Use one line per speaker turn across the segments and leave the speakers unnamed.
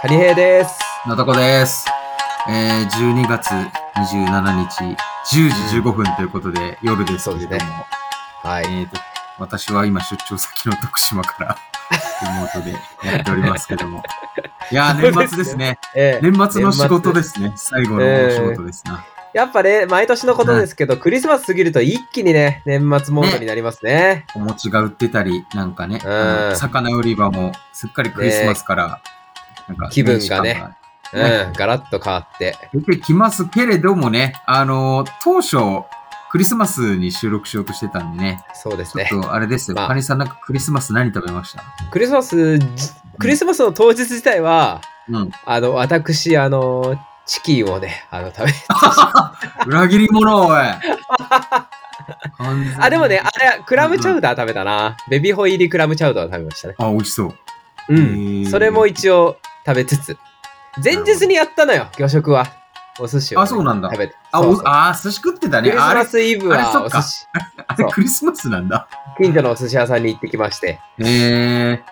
ハリヘイです。
なたこです。えー、12月27日、10時15分ということで、夜ですけれど
そう
も、
ですはい。
えーと、私は今出張先の徳島から、リモートでやっておりますけど も。いやー、年末ですね。
ええ
年末の仕事ですね。最後のお仕
え
事ですな。
やっぱね、毎年のことですけど、クリスマス過ぎると一気にね、年末モードになりますね。
お餅が売ってたり、なんかね、
うん
あの魚売り場もすっかりクリスマスから、なんか
気分がね
年始感ね
うん、ガラッと変わって。
出てきますけれどもね、あのー当初、クリスマスに収録しようとしてたんでね、
そうです
ちょ
ね。
っとあれですよ、
まあ
カニさんなんかクリスマス何食べました
クリスマスじ、クリスマスの当日自体は、
うん。
あの、私、あの、チキンをね、あの、食べ、
裏切り 者、おい
あ、でもね、
あ、
あれ、クラムチャウダー食べたな。ベビホイ入りクラムチャウダーを食べましたね。
あ美味しそう。
う
へ
ん。
ー
それも一応食べつつ。前日にやったのよ、魚食は。お寿司をね、
あそうなんだ
食べて。
あ、
そう
お
そう
あー寿司食ってた
ク
ね。
リス
あ
マ
れ、
スイブ
あれ
は
そ
お
っか
寿司
あれ
そう
クリスマスなんだ。
近所のお寿司屋さんに行ってきまして
へえ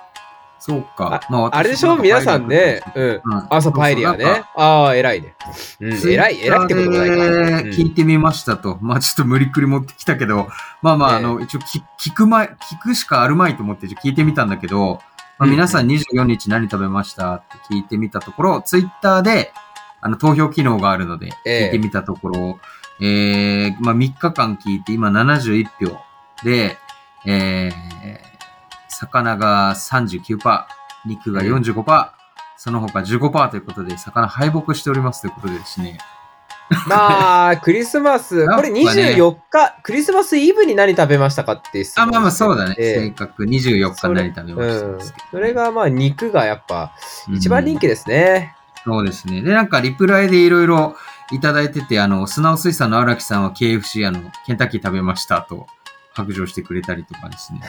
そうか。ま
あれでしょ皆さんね、うん、
うん、
あそうパエリアねああ偉いね、うん、偉い偉いってことないか、
えー聞いてみましたと。まあちょっと無理くり持ってきたけど、まあまあ、
ね
あの、一応聞聞くまい、聞くしかあるまいと思って一応聞いてみたんだけど、
う
まあ、
ん
皆さん24日何食べましたって聞いてみたところ、ツイッターで、あの、投票機能があるので、
ええ
聞いてみたところ、えーまあ3日間聞いて、今71票で、えー、魚が39%、肉が45%、その他15%ということで、魚敗北しておりますということでですね。
まあクリスマス
やっ
こ
ぱ
れ
ね
24日、クリスマスイブに何食べましたかって質
あ、
問
まあまあそうだね。
ええ
正確。24日
それ
何食べました
うん
ですけど
それがまあ肉がやっぱ
うん
一番人気ですね、
そうですね。で、なんかリプライでいろいろいただいてて、あの、砂尾水産の荒木さんは KFC、あの、ケンタッキー食べましたと白状してくれたりとかで すね。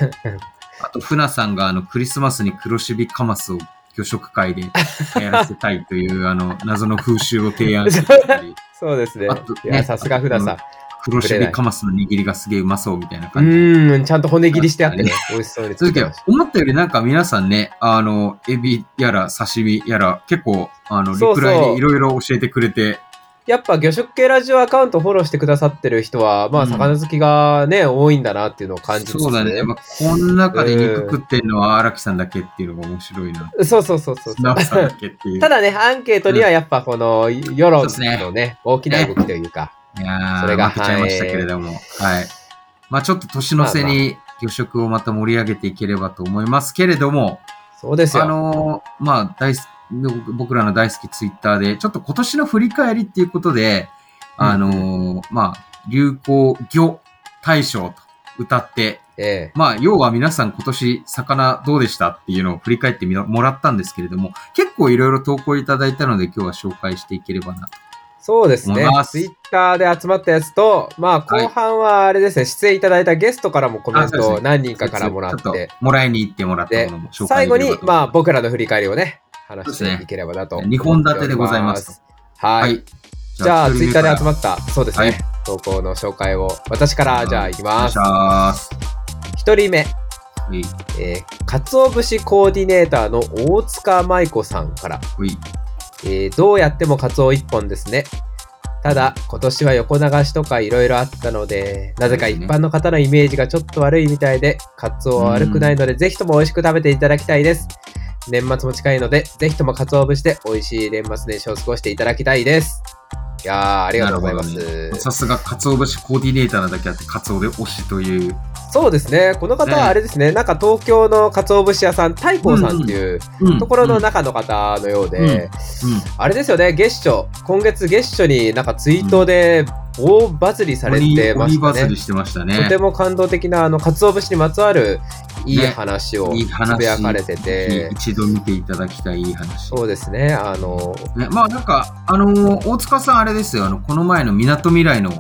あと、船さんがあの、クリスマスに黒シビカマスを魚食会でやらせたいという、あの、謎の風習を提案してくれた り、
そうですね
あと
いや
ね
さすがふださん
黒シビカマスの握りがすげえうまそうみたいな
う
感じで
ーんちゃんと骨切りしてあってね美味しそうに
そう
作って
だけど
ました、
思ったよりなんか皆さんね、あの、エビやら刺身やら、結構、あの、リ
そうそう
プライでいろいろ教えてくれて、
やっぱ魚食系ラジオアカウントフォローしてくださってる人は、ま
う
あ
ん
魚好きがね、多いんだなっていうのを感じつつ
そうだね。まあ、この中で肉食ってんのは荒木さんだけっていうのが面白いな。
そうそうそう そう。
ナオさんだけっていう。
ただね、アンケートにはやっぱこの世論のね、大きな動きというか、
いや
それが
ー、負けちゃいましたけれども。はい。まあ、ちょっと年の瀬に魚食をまた盛り上げていければと思いますけれども、
そうですよ。
あのーまあ、大好き、僕らの大好きツイッターで、ちょっと今年の振り返りっていうことで、あのーまあ、流行魚大賞と歌って、
ええ
まあ、要は皆さん今年魚どうでしたっていうのを振り返ってみなもらったんですけれども、結構いろいろ投稿いただいたので今日は紹介していければなと。
そうですね
思いま。す
ツイッターで集まったやつと、まあ後半はあれですね、出演いただいたゲストからもコメン
あそうです
トを
ね
何人かからもらっ、
ちょってともらいに行ってもらったものも紹介
最
でき
後
れば
に
と、
まあ
思います
僕らの振り返りをね、話
そう
し
で
て
す
いければなと。
二本立てでございます。
はい。
はい。
じゃあ、ツイッターで集
ま
まった、そうですね、
はい
投稿の紹介を、私から、じゃあ、いき
お願
ま
いし
す。
ます。
一人目、
うい、
えー、かつお節コーディネーターの大塚舞子さんから、
うい。
えーどうやってもカツオ一本ですね。ただ、今年は横流しとかいろいろあったので、なぜか一般の方のイメージがちょっと悪いみたいで、カツオは悪くないので、ぜひとも美味しく食べていただきたいです。年末も近いので、ぜひともカツオ節で美味しい年末年始を過ごしていただきたいです。いやー、ありがとうございま
なるほ
す
どね。さすが、かつお節コーディネーターなだけあって、かつおで推しという。
そうですね、この方はあれですね、なんか東京の鰹節屋さん、太閤さんっていうところの
な、
中の方のようで、
うんうん
あれですよね、月初、今月月初になんかツイートで大バズりされてま
鬼
した
バズ
ね
り。してました
とて
ね。
も感動的なあの鰹節にまつわるいい
ね
話を
いい
つ
話。
ぶやかれてて、
一度見ていただきたいいい話。
そうですね、あの、
ね、まあなんか、あのー大塚さんあれですよ、あの、この前のみなとみらいの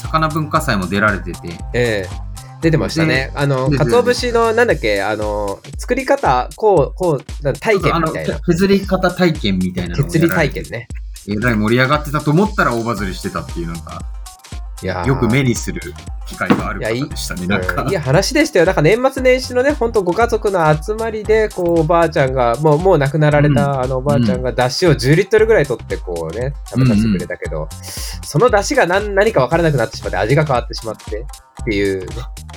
魚文化祭も出られてて、
ええ出てましたね。あの、
でで
鰹節のなんだっけ、あの、作り方、こう、こう、なん体験
あ
み
の、
たいな。
削り方体験みたいなのを
削り
やられ
体
て
験ね。
えらい盛り上がってたと思ったら大バズりしてたっていうのが、
いやー
よく目にする機会がある方でしたね。なんか
うんいい話でしたよ。なんか年末年始のね、本当ご家族の集まりで、こう、おばあちゃんが、もう、もう亡くなられた、
う
あのおばあちゃんが、出汁を10リットルぐらい取って、こうね、食べさせてくれたけど、その出汁が何何か分からなくなってしまって、味が変わってしまってっていう、ね、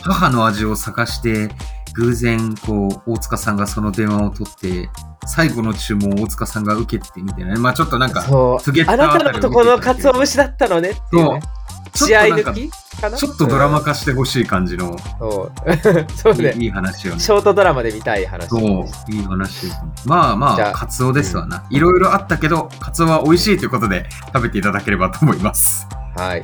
母の味を探して、偶然、こう、大塚さんがその電話を取って、最後の注文を大塚さんが受けてみたいなね。まあちょっとなんか、ちょ
そ
すげえ
う、あなたのとこのかつお節だったのねっていうね、
そう
血合い抜
ちょっとなんか
きかな
っとドラマ化してほしい感じの、
うん そうそう
い
ね、
いいい話よね。
ショートドラマで見たい話。
そう、いい話ですね。まあ
じゃ
ま
あ
あ、カツオですわな。いろいろあったけど、カツオは美味しいということで、食べていただければと思います。
はい。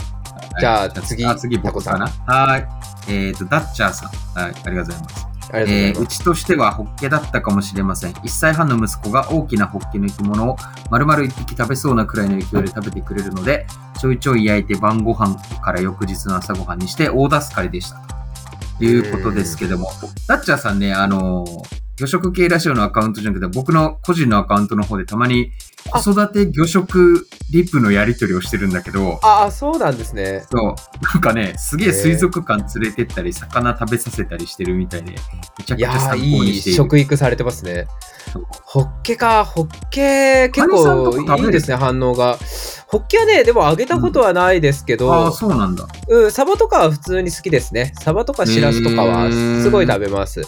じゃあ
はい
次
あ次、僕かな。はい。えっ、と、ダッチャーさん。はい、ありがとうございます。
ありがとうござ
え
い
ー
ま
う
す。
ちとしてはホッケだったかもしれません1歳半の息子が大きなホッケの生き物を丸々1匹食べそうなくらいの勢いで食べてくれるのでちょいちょい焼いて晩ご飯から翌日の朝ご飯にして大助かりでしたということですけどもダッチャーさんねあのー魚食系ラジオのアカウントじゃなくて僕の個人のアカウントの方でたまに
あ
子育て魚食リプのやり取りをしてるんだけど
ああ、そうなんですね。
そうなんかねすげえ水族館連れてったり魚食べさせたりしてるみたいでめちゃく
い
ち
や
ゃ参考
ー、
に
いい
している
食育されてますね
そう。
ホッケか、ホッケ、結
カニさん
構
とか食べる
いいですね、反応が。ホッケはね、でも揚げたことはないですけ
ああ、
ど、
そうなんだ。
うん、サバとかは普通に好きですね。サバとかシラスとかは
へー
すごい食べます。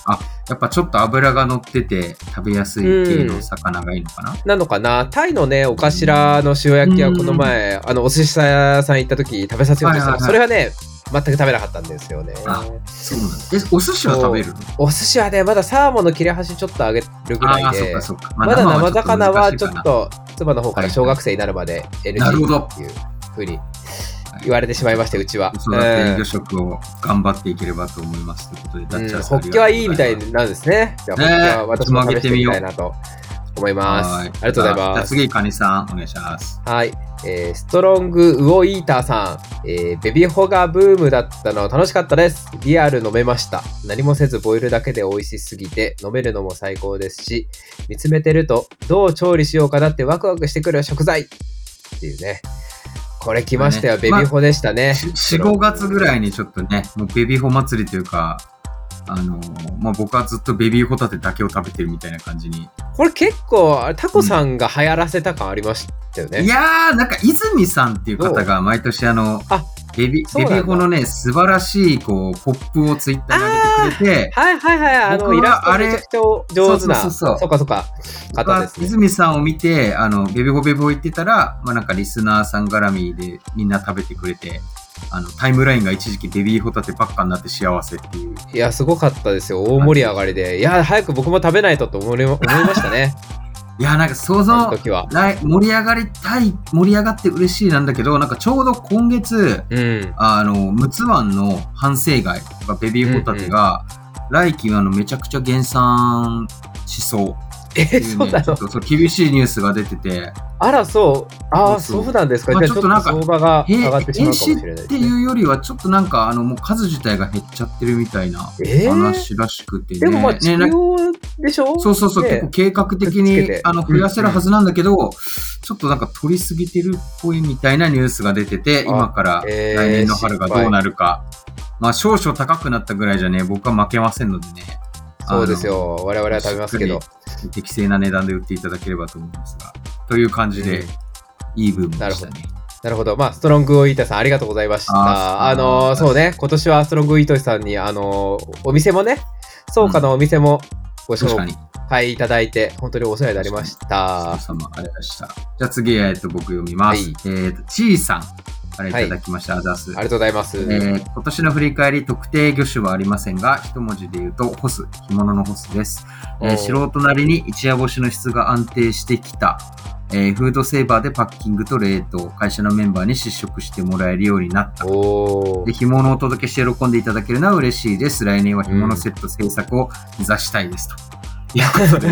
やっぱちょっと脂が乗ってて食べやすい系の魚がいいのかな。
なのかなタイのね、お頭の塩焼きはこの前、あの、お寿司屋さん行った時食べさせようとしたら、
はいはいはい
それはね、全く食べなかったんですよね。
あそうなんだ。え、お寿司は食べるの
お寿司はね、まだサーモンの切れ端ちょっと揚げるぐら
ああ
い
ー、そっ
で
か、そっか。
まだ生魚はちょっ
と
と妻の方から小学生になるまで NG
なるほど
っていうふうに言われてしまいましてうちは。
難しいかな。子育て魚食を頑張っていければと思いますということで、ダ
うん
ッチャー
ホ
さん。
ッケはいいみたい
で。
なんですね。じゃあホ
ね
ッケは私も試してみたいなと思います。
は
ありがとうござい
じゃ
ま
あ
す。
次、カニさん、お願いします。
はい、えーストロングウオイーターさん、えーベビホがブームだったの楽しかったですリアル飲めました何もせずボイルだけで美味しすぎて飲めるのも最高ですし見つめてるとどう調理しようかなってワクワクしてくる食材っていうねこれ来ましたよ、
ね
ベビホでしたね、
4、5月ぐらいにちょっとね、もうベビーホ祭りというか、あのーまあ、僕はずっとベビーホタテだけを食べてるみたいな感じに
これ結構あれタコさんが流行らせた感ありましたよね、
いやー、なんか泉さんっていう方が毎年あの、
あ
ベビ
そう
ベ
なんだ
ビホのね、素晴らしいこうポップをツイッターに上げてくれて、
はいはいはいあのイ
僕
ラス
は
ト
あれ
めちゃくちゃ上手な
そうそうそうそう
っかそっか
僕
方
は
ですね
泉さんを見て、あの、ベビホベビホ行ってたら、まあなんかリスナーさん絡みでみんな食べてくれて、あの、タイムラインが一時期ベビーホタテばっかになって幸せっていう。
いや、すごかったですよ。大盛り上がりで。いや、早く僕も食べないとと思い思いま したね。
いやー、なんか想
その
像、
時は。
来盛り上がりたい、盛り上がって嬉しいなんだけど、なんかちょうど今月、
うん。
あの、陸奥湾の反省街とかベビーホタテが、来季あの、めちゃくちゃ減産しそうって
え、
いう、
そう
ね、
な
ちょ
の
っとそう厳しいニュースが出てて、
あら、そう。ああ、
そう
そうう
そ
なんですか。
まあ
じゃあ、ちょっと
ちょっとなんか
相場が上が
へ
ってしまうか
変
もしれ
死っ
ないです
て
ね。
いうよりは、ちょっとなんか、あの、もう数自体が減っちゃってるみたいな
えー、
話らしくてね。
でもまあ、治
ねなんか
療でしょ、
そうそうそう、
ね
結構計画的
くっつけ
に
て
あの増やせるはずなんだけど、ちょっとなんか取りすぎてるっぽいみたいなニュースが出てて、
あ
今から
え
来
ー
年の春がどうなるか。まあ少々高くなったぐらいじゃね、僕は負けませんのでね、
そうですよ。我々は食べますけど。
適正な値段で売っていただければと思いますが。という感じで、
うん
いいブームでしたね。
なるほど。まあ、ストロングウイーターさん、ありがとうございました。あ
あー
のー、
そう
そうね、今年はストロングウイートさんに、あのー、お店もね、そうかのお店もご紹
確かに。
介いただいて、本当にお世話になりました
お。疲れ様あれでした。じゃあ次、えっと、僕読みます。
はい
えっと、ちいさんからいただきました。あざっす。
ありがとうございます。
えー今年の振り返り、特定魚種はありませんが、一文字で言うと、ホス、干物のホスです。えー
うん
素人なりに一夜干しの質が安定してきた。えーフードセーバーでパッキングと冷凍、会社のメンバーに試食してもらえるようになった。
おお
で、。干物をお届けして喜んでいただけるのは嬉しいです。来年は干物セット制作を目指したいですと。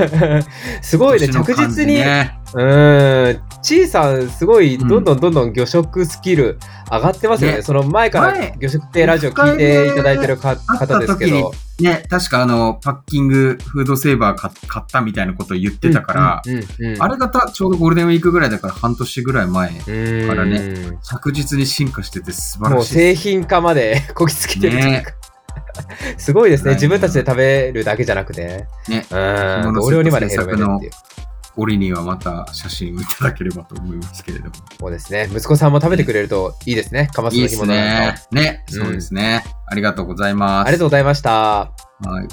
すごいね、
今年の
着
感じ
実に、
ね
うーん、ちーさん、すごい、
うん
どんどんどんどん魚食スキル上がってますよね。
ね
その前から
前
魚食ってラジオ聞いていただいてるか
会った
方ですけど。
ね、確かあの、パッキングフードセーバーか買ったみたいなことを言ってたから、
うんうんうん
あれがたちょうどゴールデンウィークぐらいだから半年ぐらい前、
うん
からね着実に進化してて素晴
も
ら
う
しいで
製品化まで こぎつけてるというか、 すごいですね、
はい
自分たちで食べるだけじゃなくて、
ね
う
も
ん
の
同
すごく
僚にまで広めるっていう。
す。折にはまた写真をいただければと思いますけれども。
そうですね、息子さんも食べてくれるといいですね、かま
い
す
い
の
で
干
す
物なん
ね
か。
ね、
うん
そうですね。ありがとうございます。
ありがとうございました。
はい。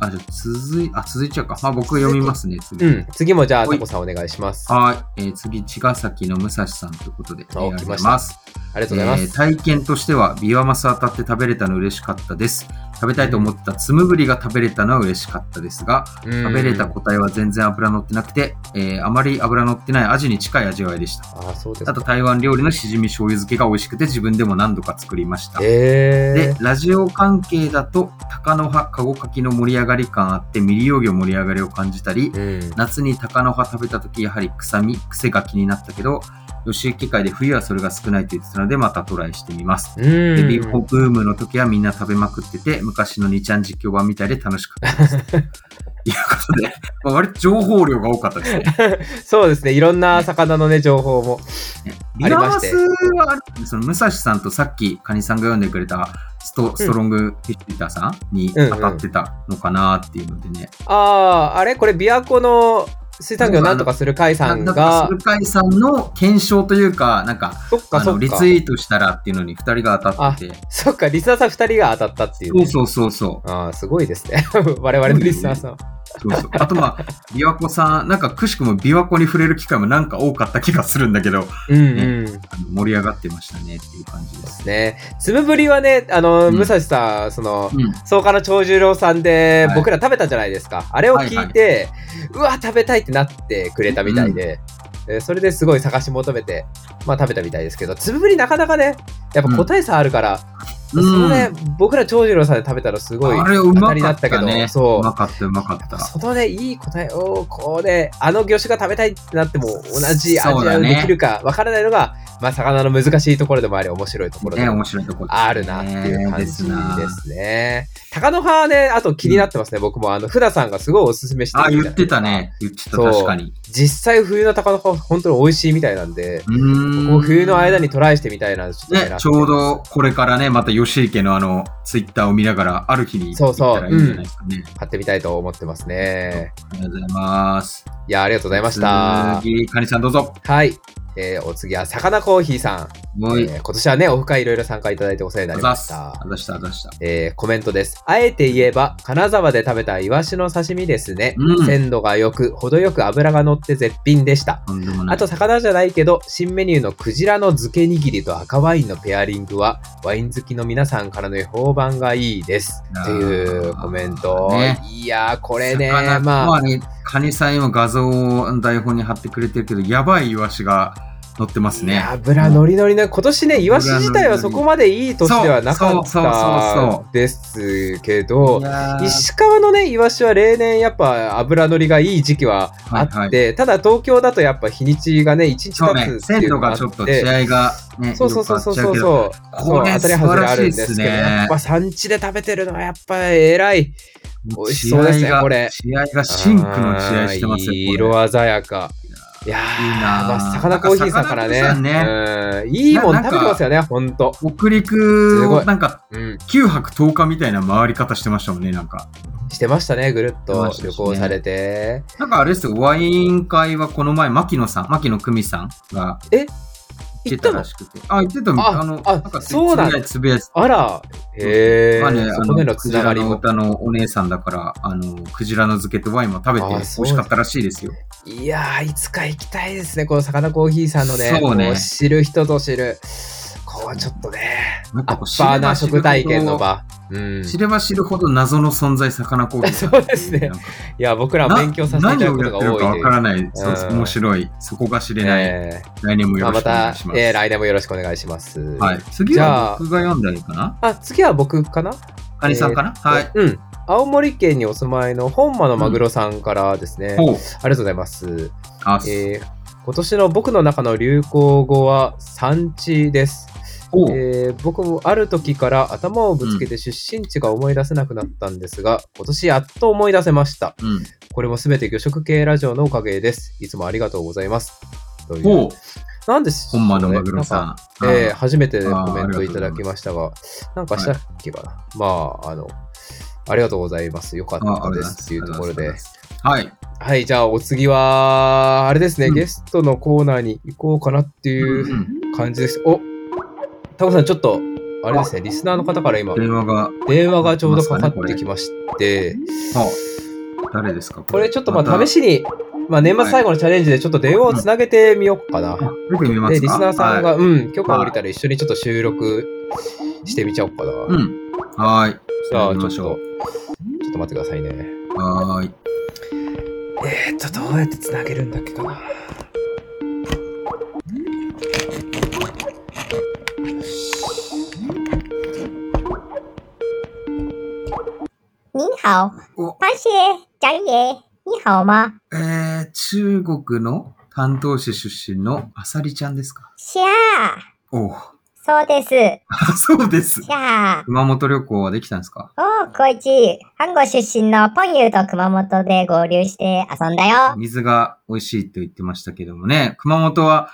あ、じゃあ続い、あ、続いちゃうか。まあ僕読みますね、次。
うん、次もじゃあ、
ほい
タコさんお願いします。あ
はい。えー次、茅ヶ崎の武蔵さんということで、えーありがとうございます。
りがとうございます。
えー体験としてはビワマス当たって食べれたの嬉しかったです食べたいと思ってたつむぶりが食べれたのは嬉しかったですが
うん
食べれた個体は全然脂乗ってなくて、えーあまり脂乗ってないアジに近い味わいでした
あー、そうです
あと台湾料理のしじみ醤油漬けが美味しくて自分でも何度か作りました
え
でラジオ関係だと鷹の葉カゴカキの盛り上がり感あって未利用魚盛り上がりを感じたり
ーうん、
夏に鷹の葉食べた時やはり臭み癖が気になったけど吉行き会で冬はそれが少ないと言ってたのでまたトライしてみま
う
す
ん
デビューブームの時はみんな食べまくってて、昔の2ちゃん実況版みたいで楽しかったです。ということで、 まあ、割と情報量が多かったですね。
そうですね、いろんな魚のね、情報も。
ビラマスはあるその武蔵さんとさっきカニさんが読んでくれたストストロングフィッシュリーターさんに当たってたのかなっていうのでね。
ああ、あれこれ、琵琶湖の水産業なんとかする会さん
なん
が、
か鶴海さんの検証というか、なんか、
そっか
あ
そ
の
っ
リ
か
ツ。イートしたらっていうのに2人が当たってて。
そっか、リスナーさん2人が当たったっていう、
そう
ね。
そうそうそう。
ああ、すごいですね。 我々のリスナーさん。
そうそう。あと まあ、琵琶湖さん、なんかくしくも琵琶湖に触れる機会もなんか多かった気がするんだけど、
うんうん。
あの盛り上がってましたねっていう感じです。
ね。つむぶりはね、あの、
うん
武蔵さん、その、
うん。
草加の長十郎さんで
はい
僕ら食べたじゃないですか。あれを聞いて、うわ、食べたいってなってくれたみたいで、えーそれですごい探し求めて、まあ食べたみたいですけど、つぶぶりなかなかね、やっぱ個体差あるから、そのね、僕ら長十郎さんで食べたらすごい
あれう
当
ま
たり
か
だ
っ
ったけ
た
ど、
ね。
そう
うまかった、うまかった。
そのね、いい答えを、こうね、あの魚種が食べたいってなっても、同じ味
そう
わ
だ
い
ね
できるかわからないのが、まあ、魚の難しいところでもあり、面白いところで
ね、
も
面白いところ、
あるなっていう感じ
ね
で
な
すね。鷹の葉はね、あと気になってますね、僕も。あの、ふださんがすごいおすすめして
あ、
るみいな
言ってた。ね。言ってた、
そう
確かに。
実際、冬の鷹の葉は本当に美味しいみたいなんで、
うーん
こう冬の間にトライしてみたいな、ちょっと狙って
ね、ちょうどこれからね、また吉池のあの、ツイッターを見ながら、ある日に行
そう
った
そう
らいいんじゃないですかね。
買ってみたいと思ってますね。
ありがとうございます。
いや、ありがとうございました。
次、カニさんどうぞ。
はい。えーお次は、魚コーヒーさん。
もう
えー今年はね、オフ会いろいろ参加いただいてお世話にな
あ
り
ざ
ま
っ
し
す。
た
あ。ざした、あざした。
えーコメントです。あえて言えば、金沢で食べたイワシの刺身ですね。
うん
鮮度が良く、程よく脂が乗って絶品でした。
とんでもない。
あと、魚じゃないけど、新メニューのクジラの漬け握りと赤ワインのペアリングは、ワイン好きの皆さんからの評判がいいです。
あ
と
ー
いうコメント。
ね
いやー、これね、
魚
まあ、
ね、カニさん今画像を台本に貼ってくれてるけど、やばいイワシが乗ってます
い
ね
や。油ノリノリね、今年ね、イワシ自体はそこまでいい年ではなかっ
そうそうそうそうそ
たですけど、
いやー
石川のねイワシは例年やっぱ油乗りがいい時期はあって、
はい
ただ東京だとやっぱ日にちがね一日
そう
経
ね、
つって
鮮
いう
度
のがあ
が
っ
ちょっと
て
試合がね、
そうそうそうそうそう
色々変わっちゃ
そう
こ
そう当
れ
たり外れあるんです
素
け
晴
ど
らしいっすね
やっぱ産地で食べてるのはやっぱ偉いう
けど
美味しそうですね
血合いが
これ
血合いがシンクの血合いしてますよ。
あー
これ
色鮮やかいやー
いいなー
まあ、魚コーヒーさんからね
魚コーヒー
うんいいもん
ななん
食
か
べてますよねほんと、
北
す
陸
ごい
をなんか
うん、
9泊10日みたいな回り方してましたもんね、なんか。
してましたねぐるっ
してま
と
したしね
旅行されて、
なんかあれですよ、ワイン会はこの前、牧野さん、牧野久美さんが
行
行
っ
ったた
の
らしくて。あ、行ってたみたい
あ
あの、
あ
なんかつ
そうなんだ
ぶやいてつぶやいて
あらへえ、
まあね、
そ
あ
こでの
の、ク
つ
ジ
な
ラ
がり
の
も
歌のお姉さんだから、あの、クジラの漬けとワインも食べて、
あ
美味
そう
しかったらしいですよ。
いやー、いつか行きたいですね、この魚コーヒーさんのね、
そうね
こう知る人と知る、こうちょっとね、
なん
ア
か
ッ
こう
パーな食体験の。場。うん、い
知れば知るほど知れば知るほど謎の存在、魚コーヒーさんって い。
そうですね
なんか
や、僕ら
な
勉強させていただくことが
何をやってるか
多い
わからない。そう
うん
面白い。そこが知
とい
れ
う
ない。
ね
来年も
えま
よ
あ、
ろ
ま
しくお願
た
いし、ます。
えー来年もよろしくお願いします。
はい。次
じゃあ
は僕が読んだらいいかな
あ、次は僕かな
カニさんかなはい。
うん。青森県にお住まいの本間のマグロさんからですね、あり
ほう。
がとうございます。
あ、
えー今年の僕の中の流行語は産地です。
おう
えー僕もある時から頭をぶつけて出身地が思い出せなくなったんですが、今年やっと思い出せました。
うん。
これもすべて魚食系ラジオのおかげです。いつもありがとうございます。という
おう
なんです
本間のマグロ
ん
さん。
か。えー
あ
初めてコメン
あーあ
トい
り
た
がとうござ
だ
います
きましたが、なんかしたっけかな、まあ、あの、ありがとうございます。よかっ
ーあ
た
り
で
がとうございます
すっていうところで。。
はい。
はい、じゃあお次は、あれですね、
うん
ゲストのコーナーに行こうかなって
う
いうん感じです。おタコさん、ちょっと、あれですね、リスナーの方から今、
電話が、
電話がちょうどかかってきまして、
あ誰ですか
これちょっとまあ試
し
しに、まあ年末最後のチャレンジでちょっと電話をつなげてみようかな。
よく見ます
で、
か
リスナーさんが、
はい
うん、許可を降りたら一緒にちょっと収録してみちゃおうかな。
うん。はーい。
じゃあ、
やり
ちょっと、
ま
ち
し
ょ
ょ
っと待ってくださいね。
う。はーい。
えーっと、どうやってつなげるんだっけかな。
您好，
お
大谢张爷，你好吗？
えー、中国の担当市出身のあさりちゃんですか
是啊，
おう。
そうです。
あそうです。
是啊。
熊本旅行はできたんですか
おー、こいち、韓国出身のポンユーと熊本で合流して遊んだよ。
水が美味しいと言ってましたけどもね、熊本は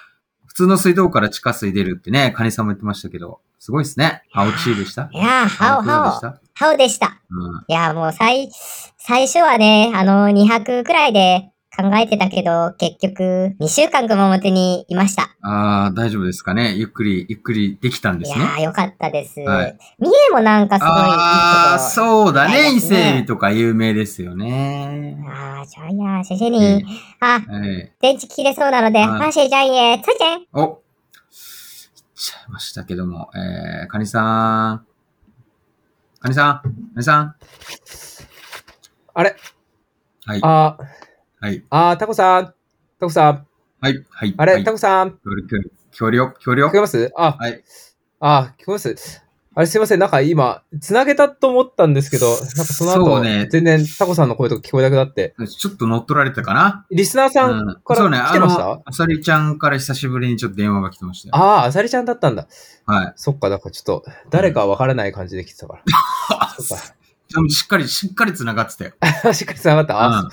普通の水道から地下水出るってね、カニさんも言ってましたけど、すごいですね。青チーでした
いやー、ハオ
青黒でし
ハオ、
た
ハオでした。
うん。
いやー、もう最、最初はね、あの、2泊くらいで考えてたけど、結局、2週間熊本にいました。
ああ、大丈夫ですかね。ゆっくり、ゆっくりできたんで
い
す
や
ね。
ー、よかったです。
はい
三重もなんかすごいいいとこ
ああ、そうだ
はい
ね。
で
伊
すね
勢海老とか有名ですよね。
あー、じゃあいやー、谢谢
ええ
你。
は
あ、
い
電池切れそうなので、
はい
ファンシージャイエン、ついちゃん
お行っちゃいましたけども、えー、カニさん。カニさんカニさん
あれ
はい。
あー、
はい。
あー、タコさん、タコさん、
はい。はい。
あ
は
れ、
い
タコさん、
協力、協
聞こ
力、協
え
力。
ますあ、
はい。
あ、聞こえますあれ、すいません、なんか今、つなげたと思ったんですけど、なんかその
そ
後、
うね
全然タコさんの声とか聞こえなくなって、
ちょっと乗っ取られたかな
リスナーさ
うん
か
そうね、
ら来てました、
あの、あさりちゃんから久しぶりにちょっと電話が来てましたよ。
ああ、あさりちゃんだったんだ。
はい。
そっか、なんかちょっと、誰かわからない感じで来てた から。
あ
そっ
ちゃんとしっかり、しっかり繋がってたよ。
か。しっかり繋がった。あ、
う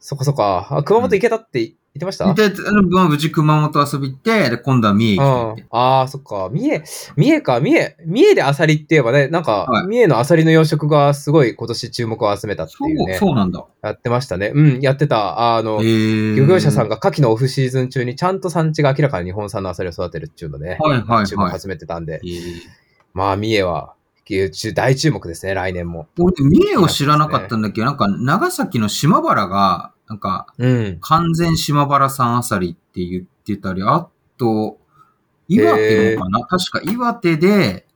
そっかそっか。あ、熊本行けたって言ってました、
ん。うん。で、あのまあ無事熊本遊び行って、で、今度は三重行っ
うん、ああ、そっか。三重、三重か、三重、三重でアサリって言えばね、なんか、
はい
三重のアサリの養殖がすごい今年注目を集めたってていう
そう、
ね、
そうなんだ。
やってましたね。うん、やってた。あの、
え
漁業者さん
が。
が牡蠣のオフシーズン中にちゃんと産地が明らかに日本産のアサリを育てるっていうので、ね、
はいはい
注目
はい。
始めてたんで、
えー
まあ、三重は、大注目ですね、来年も。
俺、三重を知らなかったんだけど、なんか、長崎の島原が、なんか、
うん。
完全島原産あさりって言ってたり、あと、岩手のかな、確か岩手で、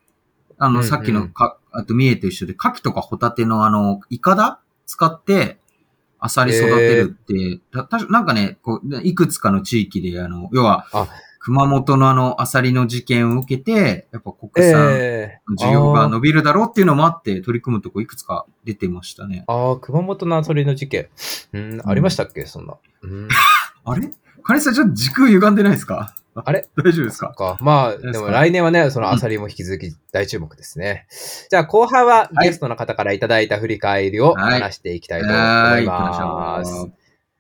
あ
うんう
の、
ん
さっきのか、あと三重と一緒で、牡蠣とかホタテのあの、イカダ使って、アサリ育てるって、たたなんかね、こう、いくつかの地域で、あの、要は
あ、
熊本のあの、アサリの事件を受けて、やっぱ国産
ええ
の需要が伸びるだろうっていうのもあって、取り組むとこいくつか出てましたね。
あーあー、熊本のアサリの事件。うん、ありましたっけ、そんな。うん。
あれカネさん、ちょっと時空歪んでないですか
あれ
大丈夫ですか
か。まあ、
ですか
でも来年はね、そのアサリも引き続き大注目ですね。じゃあ後半は
はい
ゲストの方からいただいた振り返りを
はい
話していきたいと思
はいい、
ます。